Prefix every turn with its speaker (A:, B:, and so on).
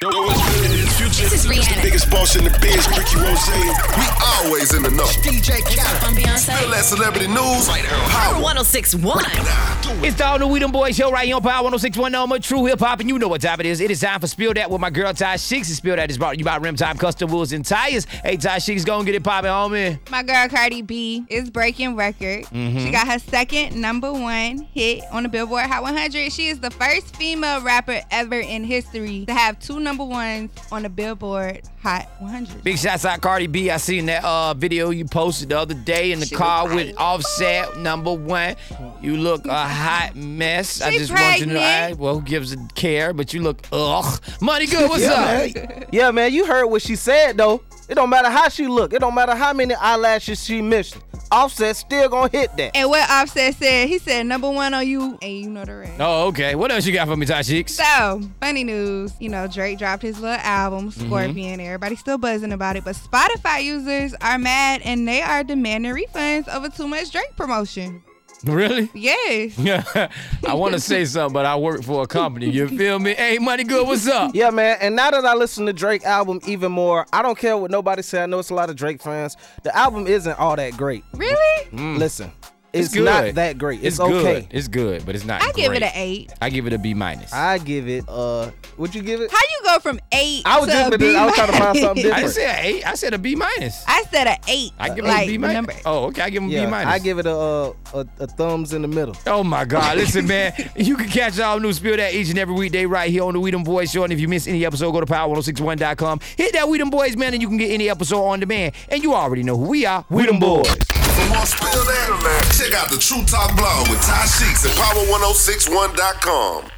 A: Yo, what's good in the future?
B: This is Rihanna.
A: The biggest boss in the biz, Ricky Rose. We always in the know.
B: DJ Khaled. I'm
A: Feel
B: Beyonce.
A: that celebrity news. Right here. Power.
B: 1061.
C: It's the all new Weedem Boy Show right here on Power 1061 Noma, True Hip Hop, and you know what time it is. It is time for Spill That with my girl Ty Six. And Spill That is brought to you by Rim Time Custom Wheels and Tires. Hey, Ty Six, go and get it popping, homie.
D: My girl Cardi B is breaking record. She got her second number one hit on the Billboard Hot 100. She is the first female rapper ever in history to have two number ones on the Billboard Hot 100.
C: Big shouts out Cardi B. I seen that uh, video you posted the other day in the
D: She
C: car
D: was
C: with
D: fine.
C: Offset, number one. You look a hot mess. I
D: She
C: just want you to know,
D: pregnant.
C: I, well, who gives a care, but you look, ugh. Money Good, what's up?
E: Man. yeah, man, you heard what she said though. It don't matter how she look. It don't matter how many eyelashes she missed. Offset still gonna hit that.
D: And what Offset said, he said number one on you, and you know the rest.
C: Oh, okay. What else you got for me, Ty Six?
D: So, funny news, you know, Drake dropped his little album, Scorpion. Everybody's still buzzing about it, but Spotify users are mad and they are demanding refunds over too much Drake promotion.
C: Really?
D: Yes.
C: Yeah, I want to say something, but I work for a company. You feel me? Hey, money good. What's up?
E: Yeah, man. And now that I listen to Drake album even more, I don't care what nobody say. I know it's a lot of Drake fans. The album isn't all that great.
D: Really?
E: Listen, it's, not that great. It's, okay.
C: Good. Mm. It's good, but it's not.
D: I give it
C: great.
D: an eight.
C: I give it a B minus. I
E: I give it. Uh, would you give it?
D: How you go from eight?
E: I was
D: to
E: just
D: a
E: with it. I was trying to find something
D: B-?
C: didn't
E: different.
C: say an eight. I said a B minus.
D: I said an eight.
C: I give
D: like,
C: it a B minus.
D: Number,
C: Oh, okay. I give him a B
E: Yeah,
C: minus.
E: I give it a, uh, a a thumbs in the middle.
C: Oh my God! Listen, man, you can catch all new spill that each and every weekday right here on the Weedem Boys Show. And if you miss any episode, go to power1061.com. Hit that Weedem Boys man, and you can get any episode on demand. And you already know who we are, Weedem Boys.
A: For more oh Spill That, check out the True Talk blog with Ty Sheeks at power1061.com.